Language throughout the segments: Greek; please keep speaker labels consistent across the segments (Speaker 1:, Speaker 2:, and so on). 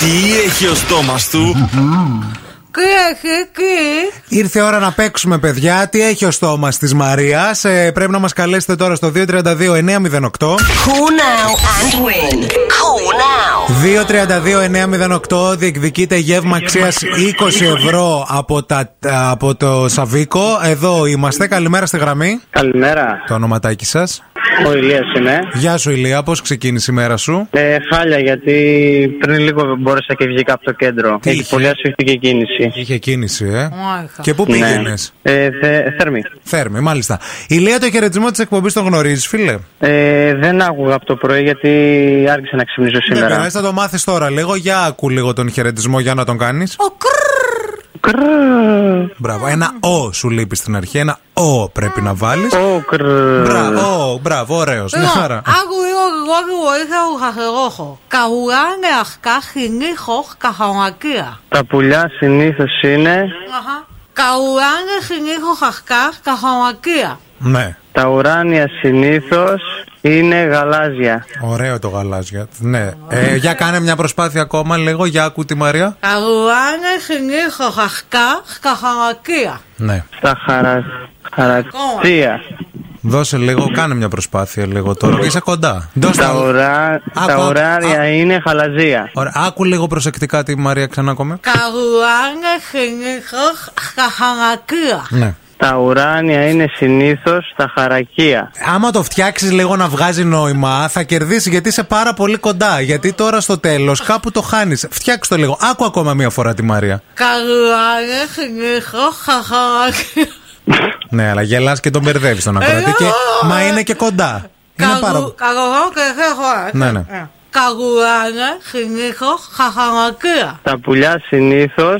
Speaker 1: Τι έχει ο στόμας του.
Speaker 2: Ήρθε η ώρα να παίξουμε, παιδιά. Τι έχει ο στόμας της Μαρίας. Ε, πρέπει να μας καλέσετε τώρα στο 232-908.
Speaker 3: Cool now and win. Cool now.
Speaker 2: 232-908 διεκδικείται γεύμα αξίας 20 ευρώ από, τα, από το Σαβίκο. Εδώ είμαστε. Καλημέρα στη γραμμή.
Speaker 4: Καλημέρα.
Speaker 2: Το ονοματάκι σας.
Speaker 4: Ο Ηλίας είμαι.
Speaker 2: Γεια σου, Ηλία. Πώς ξεκίνησε η μέρα σου.
Speaker 4: Ε, χάλια, γιατί πριν λίγο μπόρεσα και βγήκα από το κέντρο.
Speaker 2: Τι είχε?
Speaker 4: Έχει πολύ ασφιχτική κίνηση.
Speaker 2: Είχε κίνηση, ε.
Speaker 5: Μάλιστα.
Speaker 2: Και πού
Speaker 4: Ναι.
Speaker 2: πήγαινες.
Speaker 4: Ε, θε, θέρμη.
Speaker 2: Θέρμη, μάλιστα. Ηλία, το χαιρετισμό της εκπομπής τον γνωρίζεις, φίλε.
Speaker 4: Ε, δεν άκουγα από το πρωί γιατί άρχισα να ξυπνήσω
Speaker 2: Δεν
Speaker 4: σήμερα.
Speaker 2: πειράζει, θα Ναι, το μάθεις τώρα λίγο. Για ακού λίγο τον χαιρετισμό για να τον κάνεις.
Speaker 5: Ο κρρρ.
Speaker 4: Κρρρρ.
Speaker 2: Μπράβο. Ένα ο σου λείπει στην αρχή. Ένα ο πρέπει να βάλεις.
Speaker 4: Ω, κρρρρ.
Speaker 2: Μπράβο, ο, μπράβο, ωραίος. Μια
Speaker 5: Λοιπόν,
Speaker 2: χαρά.
Speaker 5: άκου λίγο γρηγόρη βοήθεια του χαχερόχο. Καουράν λαχκά χινίχο καχαμακία.
Speaker 4: Τα πουλιά συνήθως είναι.
Speaker 5: Αχα. Καουράν χινίχο χαχκά καχαμακία.
Speaker 2: Ναι,
Speaker 4: Τα ουράνια συνήθως είναι γαλάζια.
Speaker 2: ωραίο το γαλάζιο. Ναι. Ε, για κάνε μια προσπάθεια ακόμα λίγο. Για ακού τη Μαρία.
Speaker 5: Καουράν χινίχο χαχκά καχαμακία.
Speaker 2: Ναι.
Speaker 4: Στα χαρα... χαρακτήρια.
Speaker 2: Δώσε λίγο, κάνε μια προσπάθεια λίγο τώρα. Είσαι κοντά. Δώσε
Speaker 4: Τα,
Speaker 2: τα-
Speaker 4: ουρά...
Speaker 2: Α,
Speaker 4: τα
Speaker 2: α, α.
Speaker 4: ουράνια είναι χαλαζία.
Speaker 2: Ωραία. Άκου λίγο προσεκτικά τη Μαρία ξανά ακόμα.
Speaker 5: Καουράν χινίχο καχαμακία.
Speaker 2: Ναι.
Speaker 4: Τα ουράνια είναι συνήθως τα χαρακία.
Speaker 2: Άμα το φτιάξεις λίγο να βγάζει νόημα, θα κερδίσει γιατί είσαι πάρα πολύ κοντά. Γιατί τώρα στο τέλος κάπου το χάνεις. Φτιάξε το λίγο. Άκου ακόμα μία φορά τη Μαρία.
Speaker 5: Καουράν χινίχο καχαμακία.
Speaker 2: Ναι, αλλά γελάς και τον μπερδεύεις τον ακροατή. Και...
Speaker 5: Ε,
Speaker 2: Μα είναι και κοντά. Είναι πάρα...
Speaker 5: Καγου- Καγουρό και χεχό.
Speaker 2: Ναι, ναι.
Speaker 5: Καγουράνε, χινίχο, χαχαμακία.
Speaker 4: Τα πουλιά συνήθως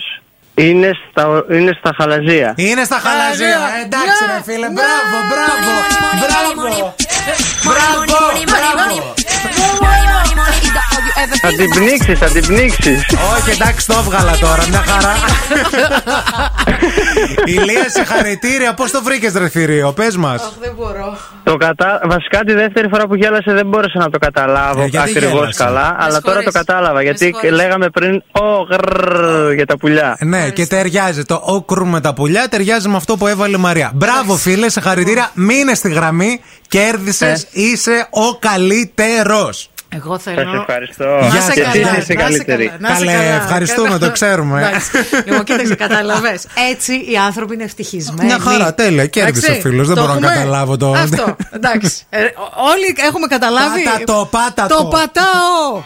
Speaker 4: είναι στα, είναι στα χαλαζία.
Speaker 2: Είναι στα χαλαζία.
Speaker 5: ναι.
Speaker 2: Εντάξει,
Speaker 5: Ναι,
Speaker 2: ρε φίλε.
Speaker 5: ναι.
Speaker 2: Μπράβο, μπράβο. Μπράβο. Μπράβο, μπράβο.
Speaker 4: Θα την πνίξεις, θα την πνίξεις.
Speaker 2: Όχι, εντάξει, το έβγαλα τώρα. Μια χαρά. Ηλία, συγχαρητήρια. Πώς το βρήκες, ρε θηρίο, πες μας.
Speaker 5: Δεν μπορώ.
Speaker 4: το κατα... Βασικά τη δεύτερη φορά που γέλασε δεν μπόρεσα να το καταλάβω
Speaker 2: Ε, γιατί
Speaker 4: ακριβώς
Speaker 2: γέλασε?
Speaker 4: καλά,
Speaker 5: Με
Speaker 4: αλλά τώρα το
Speaker 5: συγχωρείς.
Speaker 4: κατάλαβα.
Speaker 5: Με
Speaker 4: Γιατί
Speaker 5: συγχωρείς. Ε,
Speaker 4: λέγαμε πριν ο γρρρρ για τα πουλιά.
Speaker 2: Ναι, και ταιριάζει. Το όκρου με τα πουλιά ταιριάζει με αυτό που έβαλε η Μαρία. Μπράβο, φίλε, συγχαρητήρια. Μείνε στη γραμμή. Κέρδισες. Είσαι ο καλύτερος.
Speaker 5: Εγώ
Speaker 4: Σας
Speaker 5: θέλω.
Speaker 4: ευχαριστώ.
Speaker 5: Να
Speaker 2: Γεια
Speaker 5: σε
Speaker 2: σε
Speaker 4: Και
Speaker 2: καλά,
Speaker 4: εσείς
Speaker 5: καλά.
Speaker 2: να
Speaker 4: είστε
Speaker 5: να σε
Speaker 4: καλύτεροι.
Speaker 5: να σε
Speaker 2: Καλέ,
Speaker 5: καλά.
Speaker 2: ευχαριστούμε,
Speaker 5: Καλά.
Speaker 2: το ξέρουμε.
Speaker 5: Εντάξει. Λοιπόν, κοίταξε, κατάλαβες. Έτσι οι άνθρωποι είναι ευτυχισμένοι.
Speaker 2: Μια χαρά, τέλεια. Κέρδισε ο
Speaker 5: Εντάξει,
Speaker 2: φίλος, δεν
Speaker 5: το
Speaker 2: μπορώ να
Speaker 5: έχουμε.
Speaker 2: καταλάβω το-
Speaker 5: Αυτό. Εντάξει. Ε, Όλοι έχουμε καταλάβει.
Speaker 2: Πάτα το, πάτα το.
Speaker 5: Το πατάω.